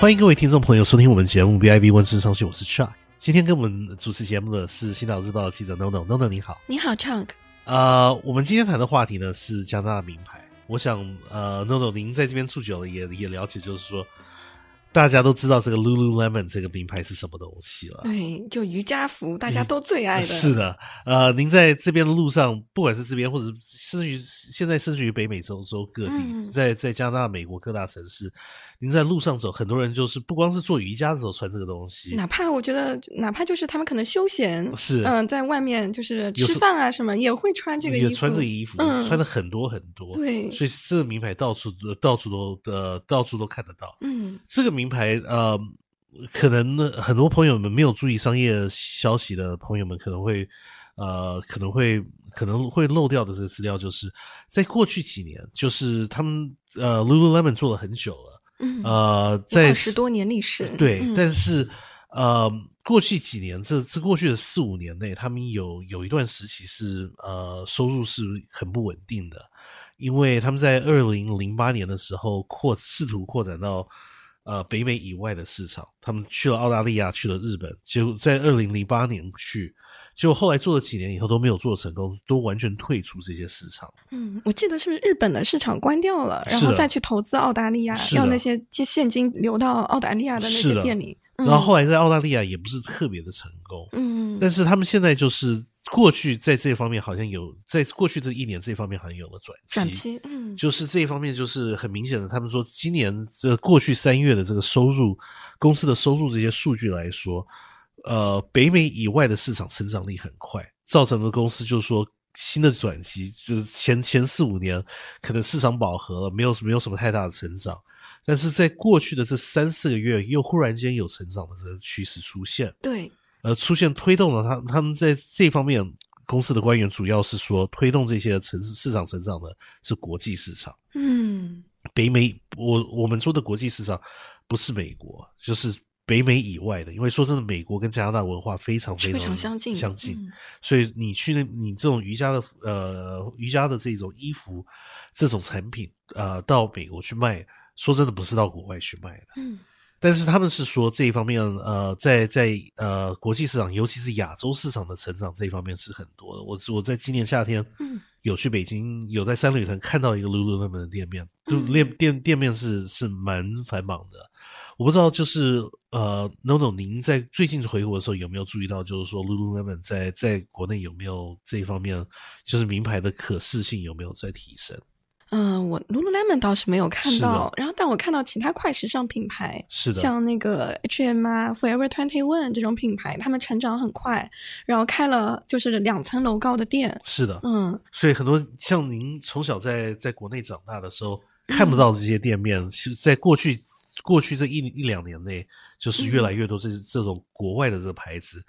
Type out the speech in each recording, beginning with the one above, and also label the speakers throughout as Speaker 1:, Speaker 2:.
Speaker 1: 欢迎各位听众朋友收听我们节目 B I V 温顺上去，我是 Chuck。今天跟我们主持节目的是《新岛日报》的记者 No No No No，你好。
Speaker 2: 你好，Chunk。
Speaker 1: 呃，我们今天谈的话题呢是加拿大名牌。我想，呃，No No，您在这边住久了也，也了解，就是说大家都知道这个 Lululemon 这个名牌是什么东西了。
Speaker 2: 对，就瑜伽服，大家都最爱的。
Speaker 1: 啊嗯是的，呃，您在这边的路上，不管是这边或者甚至于现在甚至于北美洲洲各地，
Speaker 2: 嗯
Speaker 1: 在在加拿大、美国各大城市，您在路上走，很多人就是不光是做瑜伽的时候穿这个东西，
Speaker 2: 哪怕我觉得，哪怕就是他们可能休闲，
Speaker 1: 啊是
Speaker 2: 嗯、在外面就是
Speaker 1: 有
Speaker 2: 吃
Speaker 1: 时
Speaker 2: 饭啊什么，也会穿这个衣服。
Speaker 1: 也穿这个衣服，
Speaker 2: 嗯
Speaker 1: 穿的很多很多，
Speaker 2: 对
Speaker 1: 所以这个名牌到处都到处都呃到处都看得到。
Speaker 2: 嗯，
Speaker 1: 这个名牌呃，可能很多朋友们没有注意商业消息的朋友们可能会呃可能会可能会漏掉的这个资料，就是在过去几年，就是他们呃 Lululemon 做了很久了，
Speaker 2: 嗯
Speaker 1: 呃，在
Speaker 2: 二十多年历史。
Speaker 1: 对，
Speaker 2: 嗯、
Speaker 1: 但是呃，过去几年，这这过去的四五年内，他们有有一段时期是呃收入是很不稳定的，因为他们在二零零八年的时候扩试图扩展到。呃，北美以外的市场，他们去了澳大利亚，去了日本，结果在二零零八年去，结果后来做了几年以后都没有做成功，都完全退出这些市场。
Speaker 2: 嗯，我记得是不是日本的市场关掉了，然
Speaker 1: 是
Speaker 2: 后
Speaker 1: 的
Speaker 2: 再去投资澳大利亚，
Speaker 1: 是的
Speaker 2: 要那些现现金流到澳大利亚的那
Speaker 1: 是
Speaker 2: 些
Speaker 1: 的
Speaker 2: 店里。嗯、
Speaker 1: 然后后来在澳大利亚也不是特别的成功，
Speaker 2: 嗯，
Speaker 1: 但是他们现在就是过去在这方面好像有，在过去这一年这方面好像有了转机。
Speaker 2: 转机，嗯，
Speaker 1: 就是这一方面，就是很明显的，他们说今年这过去三月的这个收入，公司的收入这些数据来说，呃，北美以外的市场成长力很快，造成了公司就是说新的转机，就是前前四五年可能市场饱和了，没有没有什么太大的成长，但是在过去的这三四个月，又忽然间有成长的这个趋势出现。
Speaker 2: 对，
Speaker 1: 呃出现推动了他他们在这方面公司的官员主要是说推动这些城市市场成长的是国际市场，
Speaker 2: 嗯，
Speaker 1: 北美我我们说的国际市场不是美国，就是北美以外的，因为说真的，美国跟加拿大文化非常
Speaker 2: 是
Speaker 1: 非
Speaker 2: 非
Speaker 1: 常
Speaker 2: 常相近的，
Speaker 1: 相近，
Speaker 2: 嗯
Speaker 1: 所以你去那你这种瑜伽的呃瑜伽的这种衣服这种产品呃到美国去卖，说真的不是到国外去卖的。
Speaker 2: 嗯
Speaker 1: 但是他们是说这一方面，呃，在在呃国际市场，尤其是亚洲市场的成长这一方面是很多的。我我在今年夏天
Speaker 2: 嗯
Speaker 1: 有去北京，有在三里屯看到一个 lululemon 的店面，就
Speaker 2: 嗯
Speaker 1: 店店店面是是蛮繁忙的。我不知道，就是呃，no no，您在最近回国的时候有没有注意到，就是说 lululemon 在在国内有没有这一方面，就是名牌的可视性有没有在提升？
Speaker 2: 嗯，我 Lululemon 倒是没有看
Speaker 1: 是的
Speaker 2: 到，然后但我看到其他快时尚品牌，
Speaker 1: 是的，
Speaker 2: 像那个 H&M 啊、Forever Twenty One 这种品牌，他们成长很快，然后开了就是两层楼高的店，
Speaker 1: 是的，
Speaker 2: 嗯，
Speaker 1: 所以很多像您从小在在国内长大的时候，看不到这些店面，是在过去过去这一一两年内，就是越
Speaker 2: 嗯
Speaker 1: 来越多这这种国外的这个牌子，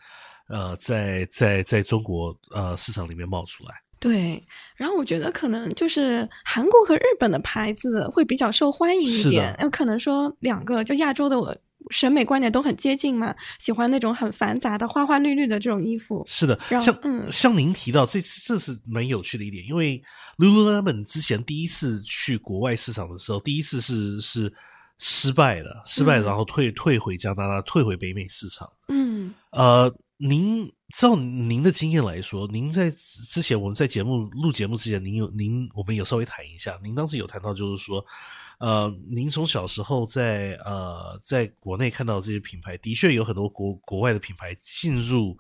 Speaker 1: 呃，在在在中国呃市场里面冒出来。
Speaker 2: 对。然后我觉得可能就是韩国和日本的牌子会比较受欢迎一点
Speaker 1: 是，的
Speaker 2: 有可能说两个就亚洲的我审美观点都很接近嘛，喜欢那种很繁杂的花花绿绿的这种衣服，
Speaker 1: 是的，
Speaker 2: 让
Speaker 1: 像、
Speaker 2: 嗯
Speaker 1: 像您提到这次，这是蛮有趣的一点，因为 Lululemon 之前第一次去国外市场的时候，第一次是是失败的，失败
Speaker 2: 嗯
Speaker 1: 然后退退回加拿大，退回北美市场。
Speaker 2: 嗯。
Speaker 1: 呃，您照您的经验来说，您在之前我们在节目录节目之前，您有您我们有稍微谈一下，您当时有谈到就是说，呃，您从小时候在呃在国内看到这些品牌，的确有很多国国外的品牌进入。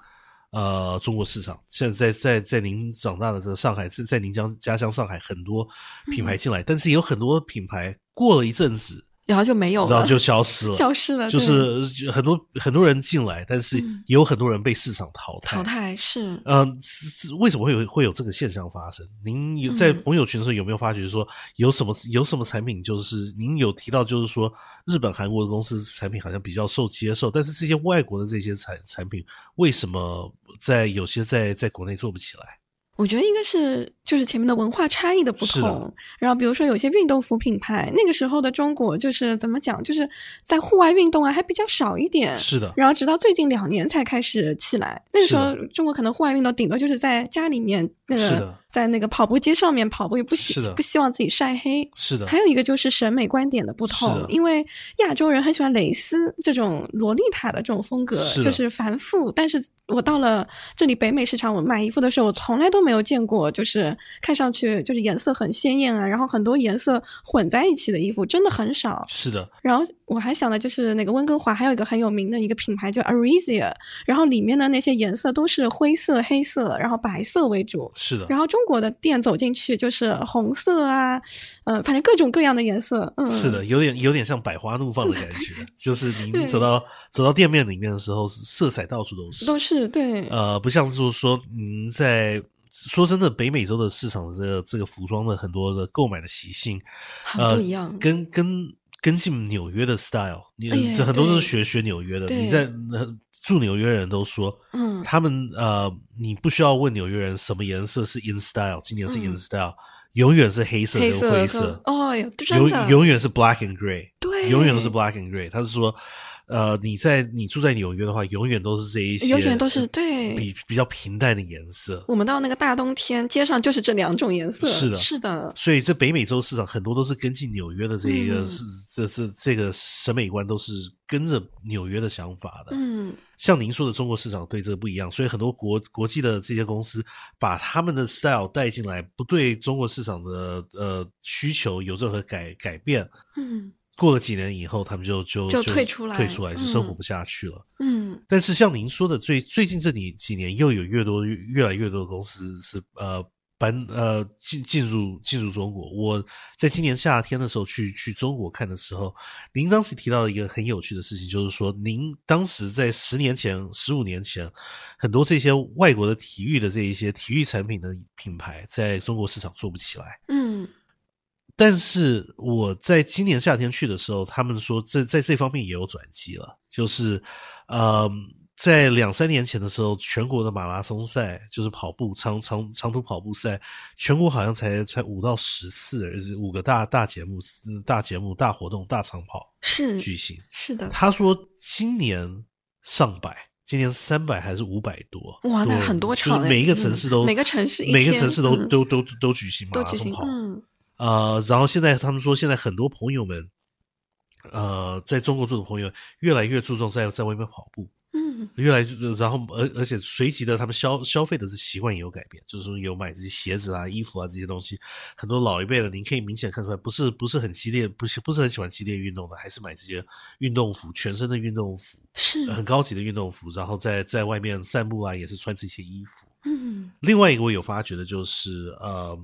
Speaker 1: 呃，中国市场现在在在在您长大的这个上海，在在您家家乡上海，很多品
Speaker 2: 嗯
Speaker 1: 牌进来，但是也有很多品牌过了一阵子，
Speaker 2: 然后就没 有了，
Speaker 1: 然后就消失了，
Speaker 2: 消失了，
Speaker 1: 就
Speaker 2: 对
Speaker 1: 是呃很多很多人进来，但是
Speaker 2: 嗯
Speaker 1: 也有很多人被市场淘汰。
Speaker 2: 淘。汰是，
Speaker 1: 嗯，是是为什么会有会有这个现象发生？您有在
Speaker 2: 嗯
Speaker 1: 朋友圈的时候有没有发觉说有什么有什么产品，就是您有提到，就是说日本、韩国的公司产品好像比较受接受，但是这些外国的这些产产品为什么在有些在在国内做不起来？
Speaker 2: 我觉得应该是就是前面的文化差异的不
Speaker 1: 是
Speaker 2: 同
Speaker 1: 的。
Speaker 2: 然后比如说有些运动服品牌，那个时候的中国就是怎么讲，就是在户外运动啊还比较少一点。
Speaker 1: 是的，
Speaker 2: 然后直到最近两年才开始起来，那个时候
Speaker 1: 是
Speaker 2: 中国可能户外运动顶多就是在家里面那
Speaker 1: 是
Speaker 2: 个
Speaker 1: 的
Speaker 2: 在那个跑步机上面跑步，也不希
Speaker 1: 是的
Speaker 2: 不希望自己晒黑。
Speaker 1: 是的，
Speaker 2: 还有一个就是审美观点的不
Speaker 1: 是
Speaker 2: 同
Speaker 1: 的，
Speaker 2: 因为亚洲人很喜欢蕾丝这种洛丽塔的这种风格，
Speaker 1: 是的
Speaker 2: 就是繁复。但是我到了这里北美市场，我买衣服的时候，我从来都没有见过，就是看上去就是颜色很鲜艳啊，然后很多颜色混在一起的衣服，真的很少。
Speaker 1: 是的，
Speaker 2: 然后我还想的就是那个温哥华还有一个很有名的一个品牌叫 Aritzia，然后里面的那些颜色都是灰色、黑色，然后白色为主。
Speaker 1: 是的，
Speaker 2: 然后中国的店走进去就是红色啊，呃，反正各种各样的颜色，嗯，
Speaker 1: 是的，，有点有点像百花怒放的感觉，就是您
Speaker 2: 对
Speaker 1: 走到走到店面里面的时候，色彩到处都是，
Speaker 2: 都是对，
Speaker 1: 呃，不像是说您在说真的，北美洲的市场的这个这个服装的很多的购买的习性，
Speaker 2: 很
Speaker 1: 呃
Speaker 2: 不一样，，
Speaker 1: 跟跟跟进纽约的 style，你、
Speaker 2: 嗯哎呀
Speaker 1: 这很多都是
Speaker 2: 对
Speaker 1: 学学纽约的。
Speaker 2: 对
Speaker 1: 你在、呃住纽约的人都说，
Speaker 2: 嗯，
Speaker 1: 他们呃，你不需要问纽约人什么颜色是 in style，今年是 in
Speaker 2: 嗯
Speaker 1: style，、永远是黑色
Speaker 2: 黑
Speaker 1: 跟灰
Speaker 2: 色
Speaker 1: 色
Speaker 2: 和，哦呀，真
Speaker 1: 永
Speaker 2: 的，
Speaker 1: 永远是 black and gray，
Speaker 2: 对，
Speaker 1: 永远都是 black and gray。他是说，呃，你在你住在纽约的话，永远都是这一些，
Speaker 2: 永远都是对
Speaker 1: 比比较平淡的颜色。
Speaker 2: 我们到那个大冬天，街上就是这两种颜色，
Speaker 1: 是的
Speaker 2: 是的，
Speaker 1: 所以，这北美洲市场很多都是跟进纽约的这一个
Speaker 2: 嗯
Speaker 1: 是、这这这个审美观都是跟着纽约的想法的。
Speaker 2: 嗯，
Speaker 1: 像您说的，中国市场对这个不一样，所以很多国国际的这些公司把他们的 style 带进来，不对中国市场的呃需求有任何改改变，
Speaker 2: 嗯，
Speaker 1: 过了几年以后，他们就就
Speaker 2: 就退出来
Speaker 1: 退出来就生活
Speaker 2: 嗯
Speaker 1: 不下去了。
Speaker 2: 嗯，
Speaker 1: 但是像您说的，最最近这里几年又有越多越越来越多的公司是呃搬呃进进入进入中国。我在今年夏天的时候去去中国看的时候，您当时提到一个很有趣的事情，就是说您当时在十年前、十五年前，很多这些外国的体育的这一些体育产品的品牌在中国市场做不起来。
Speaker 2: 嗯，
Speaker 1: 但是我在今年夏天去的时候，他们说这在这方面也有转机了，就是，呃，在两三年前的时候，全国的马拉松赛就是跑步长长长途跑步赛，全国好像才才五到十次，五个大大节目、嗯大节目、大活动、大长跑
Speaker 2: 是
Speaker 1: 举行。
Speaker 2: 是的，
Speaker 1: 他说今年上百，今年三百还是五百多？
Speaker 2: 哇，那
Speaker 1: 对
Speaker 2: 很多
Speaker 1: 就是
Speaker 2: 场哎，
Speaker 1: 每一个
Speaker 2: 嗯
Speaker 1: 城市都、
Speaker 2: 每个城市一
Speaker 1: 每个
Speaker 2: 天
Speaker 1: 城市都、
Speaker 2: 嗯
Speaker 1: 都都都都举行马
Speaker 2: 都
Speaker 1: 拉
Speaker 2: 举
Speaker 1: 松
Speaker 2: 行，
Speaker 1: 跑。
Speaker 2: 嗯，
Speaker 1: 呃，然后现在他们说，现在很多朋友们，呃，在中国住的朋友越来越注重在在外面跑步，
Speaker 2: 嗯，
Speaker 1: 越来越然后而而且随即的他们消消费的这习惯也有改变，就是说有买这些鞋子啊、衣服啊这些东西，很多老一辈的您可以明显看出来，不是不是很激烈，不是不是很喜欢激烈运动的，还是买这些运动服，全身的运动服，
Speaker 2: 是，
Speaker 1: 很高级的运动服，然后在在外面散步啊，也是穿这些衣服。
Speaker 2: 嗯，
Speaker 1: 另外一个我有发觉的就是，呃，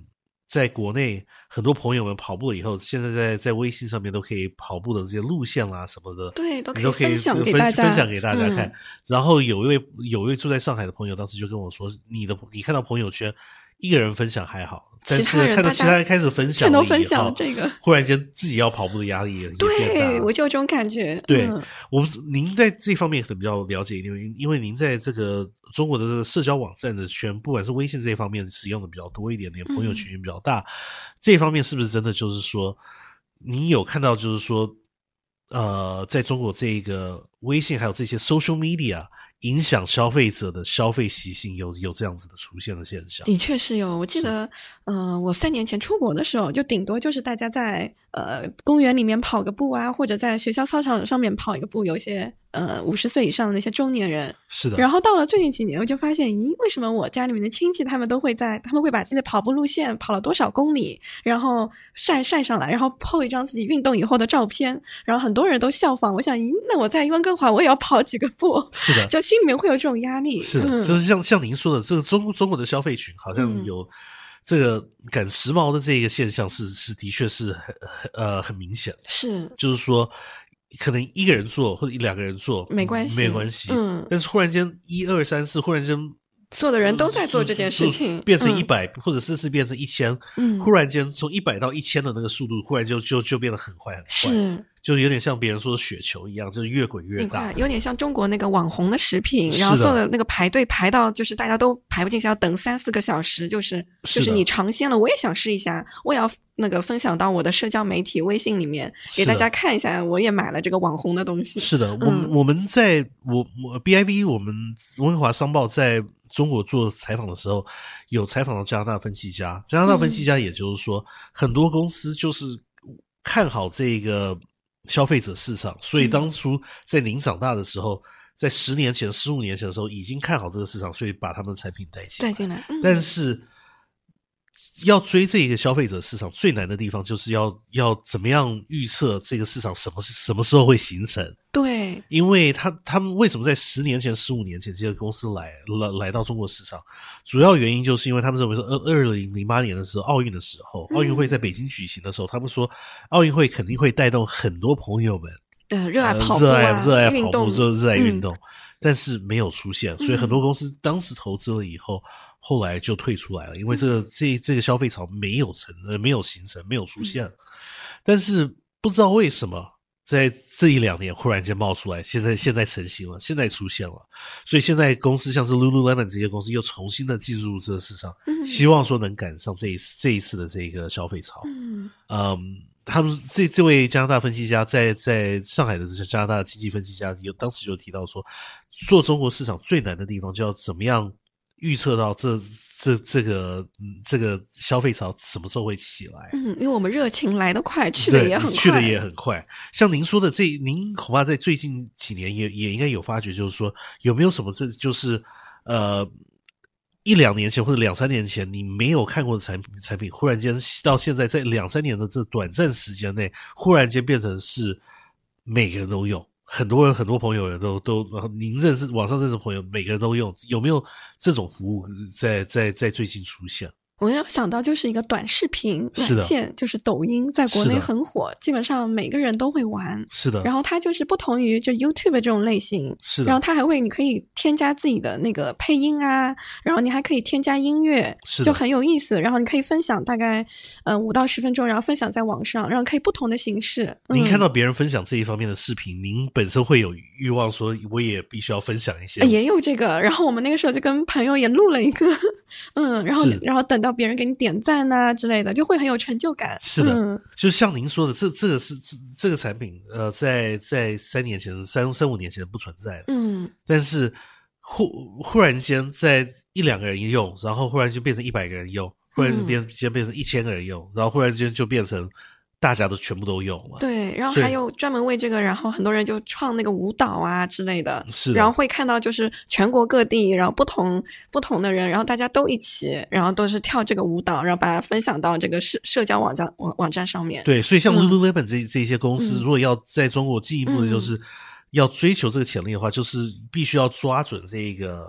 Speaker 1: 在国内很多朋友们跑步了以后，现在在在微信上面都可以跑步的这些路线啦、什么的，
Speaker 2: 对都
Speaker 1: 你
Speaker 2: 可以
Speaker 1: 都可以
Speaker 2: 分享给
Speaker 1: 分
Speaker 2: 大家
Speaker 1: 分享给大家
Speaker 2: 嗯
Speaker 1: 看。然后有一位有一位住在上海的朋友，当时就跟我说，你的你看到朋友圈一个人分享还好，但
Speaker 2: 其
Speaker 1: 是
Speaker 2: 他人
Speaker 1: 看到
Speaker 2: 大
Speaker 1: 其他
Speaker 2: 家
Speaker 1: 人开始分享
Speaker 2: 全
Speaker 1: 了
Speaker 2: 都
Speaker 1: 以
Speaker 2: 分享
Speaker 1: 后
Speaker 2: 这个
Speaker 1: 忽然间自己要跑步的压力也也变大
Speaker 2: 对，
Speaker 1: 了
Speaker 2: 我就有这种感觉，
Speaker 1: 对
Speaker 2: 嗯
Speaker 1: 我们您在这方面可能比较了解一点，因因为您在这个中国的这个社交网站的圈，不管是微信这一方面使用的比较多一点点，
Speaker 2: 嗯
Speaker 1: 朋友圈也比较大，这一方面是不是真的就是说，您有看到就是说，呃，在中国这个微信还有这些 social media 影响消费者的消费习性有有这样子的出现的现象？
Speaker 2: 的确是有，我记
Speaker 1: 是
Speaker 2: 得，呃，我三年前出国的时候，就顶多就是大家在呃公园里面跑个步啊，或者在学校操场上面跑一个步，有一些呃五十岁以上的那些中年人。
Speaker 1: 是的，
Speaker 2: 然后到了最近几年，我就发现，咦，为什么我家里面的亲戚他们都会在，他们会把自己的跑步路线跑了多少公里，然后晒晒上来，然后 po 一张自己运动以后的照片，然后很多人都效仿。我想，咦，那我在温哥华我也要跑几个步，
Speaker 1: 是的，
Speaker 2: 就心里面会有这种压力。
Speaker 1: 是的，
Speaker 2: 嗯、
Speaker 1: 就是像像您说的，这个中中国的消费群好像
Speaker 2: 嗯
Speaker 1: 有这个赶时髦的这个现象是，是的确是很很呃很明显的，
Speaker 2: 是
Speaker 1: 就是说可能一个人做或者一两个人做
Speaker 2: 没关系，
Speaker 1: 没有关系，
Speaker 2: 嗯，
Speaker 1: 但是忽然间一二三四，忽然间
Speaker 2: 所有的人都在做这件事情，
Speaker 1: 变成
Speaker 2: 嗯
Speaker 1: 一百、或者甚至变成一千，
Speaker 2: 嗯
Speaker 1: 忽然间从一百到一千的那个速度，忽然就就就变得很快很快，
Speaker 2: 是
Speaker 1: 就有点像别人说的雪球一样，就是越滚越
Speaker 2: 那
Speaker 1: 大
Speaker 2: 块，有点像中国那个网红的食品，
Speaker 1: 是
Speaker 2: 然后
Speaker 1: 的
Speaker 2: 做的那个排队排到就是大家都排不进去，要等三四个小时，就是
Speaker 1: 是
Speaker 2: 就
Speaker 1: 的
Speaker 2: 是你尝鲜了，我也想试一下，我也要那个分享到我的社交媒体微信里面给
Speaker 1: 是的
Speaker 2: 大家看一下，我也买了这个网红的东西。
Speaker 1: 是的，我们、
Speaker 2: 嗯
Speaker 1: 我们在我我 B I V 我们温华商报在中国做采访的时候，有采访到加拿大分析家。加拿大分析家也就是说，很多公司就是看好这个消费者市场，所以当初在您长大的时候，在十年前、十五年前的时候已经看好这个市场，所以把他们的产品带进
Speaker 2: 带
Speaker 1: 来。
Speaker 2: 进来，嗯、
Speaker 1: 但是要追这个消费者市场最难的地方，就是要要怎么样预测这个市场什么时什么时候会形成。
Speaker 2: 对，
Speaker 1: 因为他他们为什么在十年前、十五年前这些公司来来来到中国市场，主要原因就是因为他们认为说，二二零零八年的时候，奥运的时候，
Speaker 2: 嗯
Speaker 1: 奥运会在北京举行的时候，他们说奥运会肯定会带动很多朋友们
Speaker 2: 呃，热爱
Speaker 1: 呃
Speaker 2: 跑步
Speaker 1: 热
Speaker 2: 啊，
Speaker 1: 爱热爱
Speaker 2: 运
Speaker 1: 跑
Speaker 2: 动
Speaker 1: 步，，热热爱运
Speaker 2: 嗯
Speaker 1: 动，但是没有出现，所以
Speaker 2: 嗯
Speaker 1: 很多公司当时投资了以后。后来就退出来了，因为这个
Speaker 2: 嗯
Speaker 1: 这这个消费潮没有成呃没有形成没有出现，但是不知道为什么在这一两年忽然间冒出来，现在现在成型了，现在出现了，所以现在公司像是 Lululemon 这些公司又重新的进入这个市场，
Speaker 2: 嗯
Speaker 1: 希望说能赶上这一次这一次的这个消费潮。
Speaker 2: 嗯
Speaker 1: 嗯，他们这这位加拿大分析家在在上海的这加拿大经济分析家有当时就提到说，做中国市场最难的地方就要怎么样预测到这这这个嗯这个消费潮什么时候会起来。
Speaker 2: 嗯，因为我们热情来得快，去的
Speaker 1: 对，
Speaker 2: 也很快，
Speaker 1: 去的也很快。像您说的这，您恐怕在最近几年也也应该有发觉，就是说有没有什么这就是呃一两年前或者两三年前你没有看过的产品产品，忽然间到现在在两三年的这短暂时间内，忽然间变成是每个人都用。很多人，很多朋友也都都，然后您认识网上认识的朋友，每个人都用，有没有这种服务在在在最近出现？
Speaker 2: 我要想到就是一个短视频
Speaker 1: 是的
Speaker 2: 软件，就是抖音，在国
Speaker 1: 是
Speaker 2: 内
Speaker 1: 的
Speaker 2: 很火，基本上每个人都会玩。
Speaker 1: 是的，
Speaker 2: 然后它就是不同于就 YouTube 这种类型，
Speaker 1: 嗯是
Speaker 2: 然后
Speaker 1: 的，
Speaker 2: 它还会你可以添加自己的那个配音啊，然后你还可以添加音乐，
Speaker 1: 是的
Speaker 2: 就很有意思。然后你可以分享大概嗯五到十分钟，然后分享在网上，然后可以不同的形式。
Speaker 1: 您
Speaker 2: 嗯
Speaker 1: 看到别人分享这一方面的视频，您本身会有欲望说，我也必须要分享一些。
Speaker 2: 呃哎也有这个，然后我们那个时候就跟朋友也录了一个， 嗯，然后
Speaker 1: 是
Speaker 2: 然后等到别人给你点赞呐、之类的，就会很有成就感。
Speaker 1: 是的
Speaker 2: 嗯、
Speaker 1: 就像您说的，这这个是这这个产品，呃，在在三年前、三三五年前不存在的，
Speaker 2: 嗯，
Speaker 1: 但是忽忽然间在一两个人用，然后忽然就变成一百个人用，忽然
Speaker 2: 嗯
Speaker 1: 变间变成一千个人用，然后忽然间就变成大家都全部都用了。，
Speaker 2: 对，然后
Speaker 1: 所
Speaker 2: 还
Speaker 1: 以
Speaker 2: 有专门为这个，然后很多人就创那个舞蹈啊之类的，
Speaker 1: 嗯是的
Speaker 2: 然后会看到就是全国各地，然后不同不同的人，然后大家都一起，然后都是跳这个舞蹈，然后把它分享到这个社社交网站网网站上面。
Speaker 1: 对，所以像
Speaker 2: 嗯
Speaker 1: Lululemon 这这些公司，
Speaker 2: 嗯
Speaker 1: 如果要在中国进一步的，就是要追求这个潜力的话，就是必须要抓准这个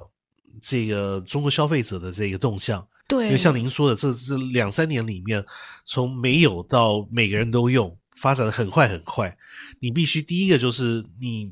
Speaker 1: 这个中国消费者的这个动向。
Speaker 2: 对，
Speaker 1: 因为像您说的，这这两三年里面，从没有到每个人都用，发展的很快很快。你必须第一个就是你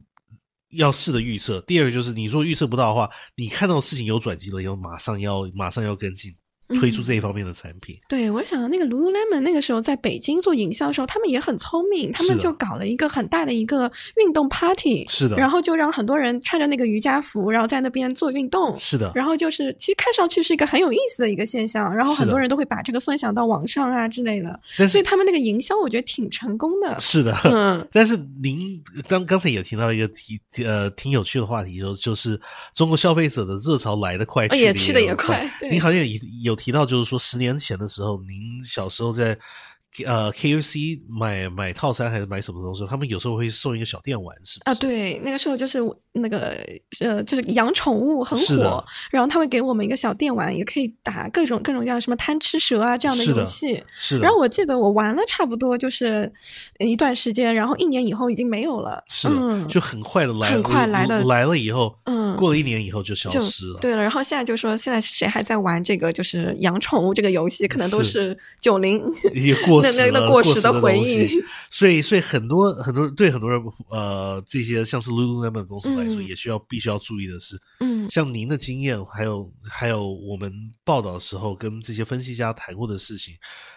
Speaker 1: 要试着预测，第二个就是你如果预测不到的话，你看到事情有转机了，要马上要马上要跟进，推出
Speaker 2: 嗯
Speaker 1: 这一方面的产品。
Speaker 2: 对，我就想到那个 Lululemon 那个时候在北京做营销的时候，他们也很聪明，他
Speaker 1: 是
Speaker 2: 们
Speaker 1: 的
Speaker 2: 就搞了一个很大的一个运动 party，
Speaker 1: 是的，
Speaker 2: 然后就让很多人穿着那个瑜伽服，然后在那边做运动。
Speaker 1: 是的，
Speaker 2: 然后就是，其实看上去是一个很有意思的一个现象，然后
Speaker 1: 是
Speaker 2: 很
Speaker 1: 的
Speaker 2: 多人都会把这个分享到网上啊之类的，
Speaker 1: 但
Speaker 2: 所以
Speaker 1: 是。
Speaker 2: 他们那个营销我觉得挺成功 的
Speaker 1: 是的，
Speaker 2: 嗯，
Speaker 1: 但是您刚刚才也提到一个提呃挺有趣的话题，就是就是中国消费者的热潮来得快，
Speaker 2: 呃也
Speaker 1: 去
Speaker 2: 去
Speaker 1: 得
Speaker 2: 的
Speaker 1: 也
Speaker 2: 也
Speaker 1: 快
Speaker 2: 快。。对
Speaker 1: 您，好像也有提到，就是说十年前的时候，您小时候在呃 KFC 买买套餐还是买什么东西，他们有时候会送一个小电玩，是不
Speaker 2: 啊，
Speaker 1: 是，
Speaker 2: 对，那个时候就是我那个呃，就是养宠物很
Speaker 1: 是的
Speaker 2: 火，然后他会给我们一个小电玩，也可以打各种各种各样什么贪吃蛇啊这样的
Speaker 1: 是的
Speaker 2: 游戏。
Speaker 1: 是的。
Speaker 2: 然后我记得我玩了差不多就是一段时间，然后一年以后已经没有了。
Speaker 1: 是的，
Speaker 2: 嗯、
Speaker 1: 就很快的来，
Speaker 2: 很快来
Speaker 1: 了
Speaker 2: 的
Speaker 1: 来了以后，
Speaker 2: 嗯
Speaker 1: 过了一年以后就消
Speaker 2: 就
Speaker 1: 失了。
Speaker 2: 对了。然后现在就说，现在谁还在玩这个就是养宠物这个游戏？可能都
Speaker 1: 是
Speaker 2: 是九零
Speaker 1: 也过时
Speaker 2: 那那
Speaker 1: 了
Speaker 2: 那过
Speaker 1: 时
Speaker 2: 时的回
Speaker 1: 东西
Speaker 2: 忆
Speaker 1: 所以所以很多很多对很多人呃这些像是 Lululemon 公司来说，
Speaker 2: 嗯
Speaker 1: 也需要必须要注意的是，
Speaker 2: 嗯
Speaker 1: 像您的经验，还有还有我们报道的时候跟这些分析家谈过的事情，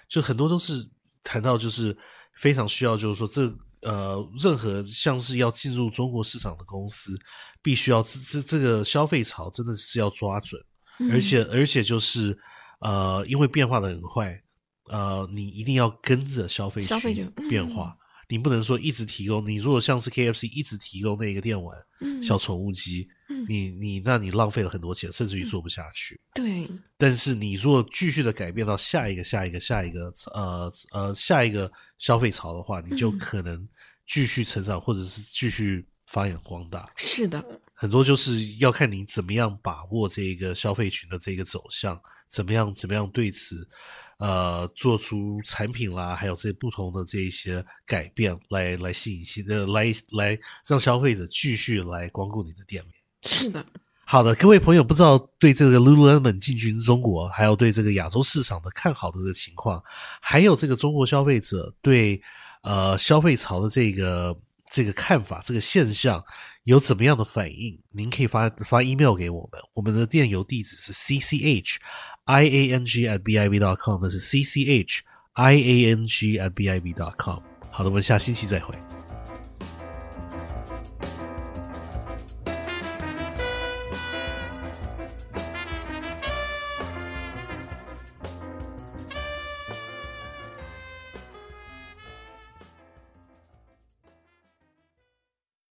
Speaker 1: 就很多都是谈到就是非常需要，就是说这呃，任何像是要进入中国市场的公司，必须要这这这个消费潮真的是要抓准，
Speaker 2: 嗯
Speaker 1: 而且而且就是呃，因为变化的很快，呃，你一定要跟着消费
Speaker 2: 消费
Speaker 1: 群
Speaker 2: 者嗯
Speaker 1: 变化，你不能说一直提供。你如果像是 KFC 一直提供那个电玩、
Speaker 2: 嗯
Speaker 1: 小宠物机，
Speaker 2: 嗯
Speaker 1: 你你那你浪费了很多钱，甚至于做不下去。
Speaker 2: 对，
Speaker 1: 但是你如果继续的改变到下一个、下一个、下一个呃呃下一个消费潮的话，你就
Speaker 2: 嗯
Speaker 1: 可能继续成长，或者是继续发扬光大。
Speaker 2: 是的，
Speaker 1: 很多就是要看你怎么样把握这个消费群的这个走向，怎么样怎么样对此，呃，做出产品啦，还有这不同的这一些改变，来来吸引新呃，来来让消费者继续来光顾你的店面。
Speaker 2: 是的，
Speaker 1: 好的，各位朋友，不知道对这个 Lululemon 进军中国，还有对这个亚洲市场的看好的这个情况，还有这个中国消费者对呃消费潮的这个这个看法、这个现象有怎么样的反应？您可以发发 email 给我们，我们的电邮地址是 cch i a n g at b i v dot com，那是 cch i a n g at b i v dot com。好的，我们下星期再会。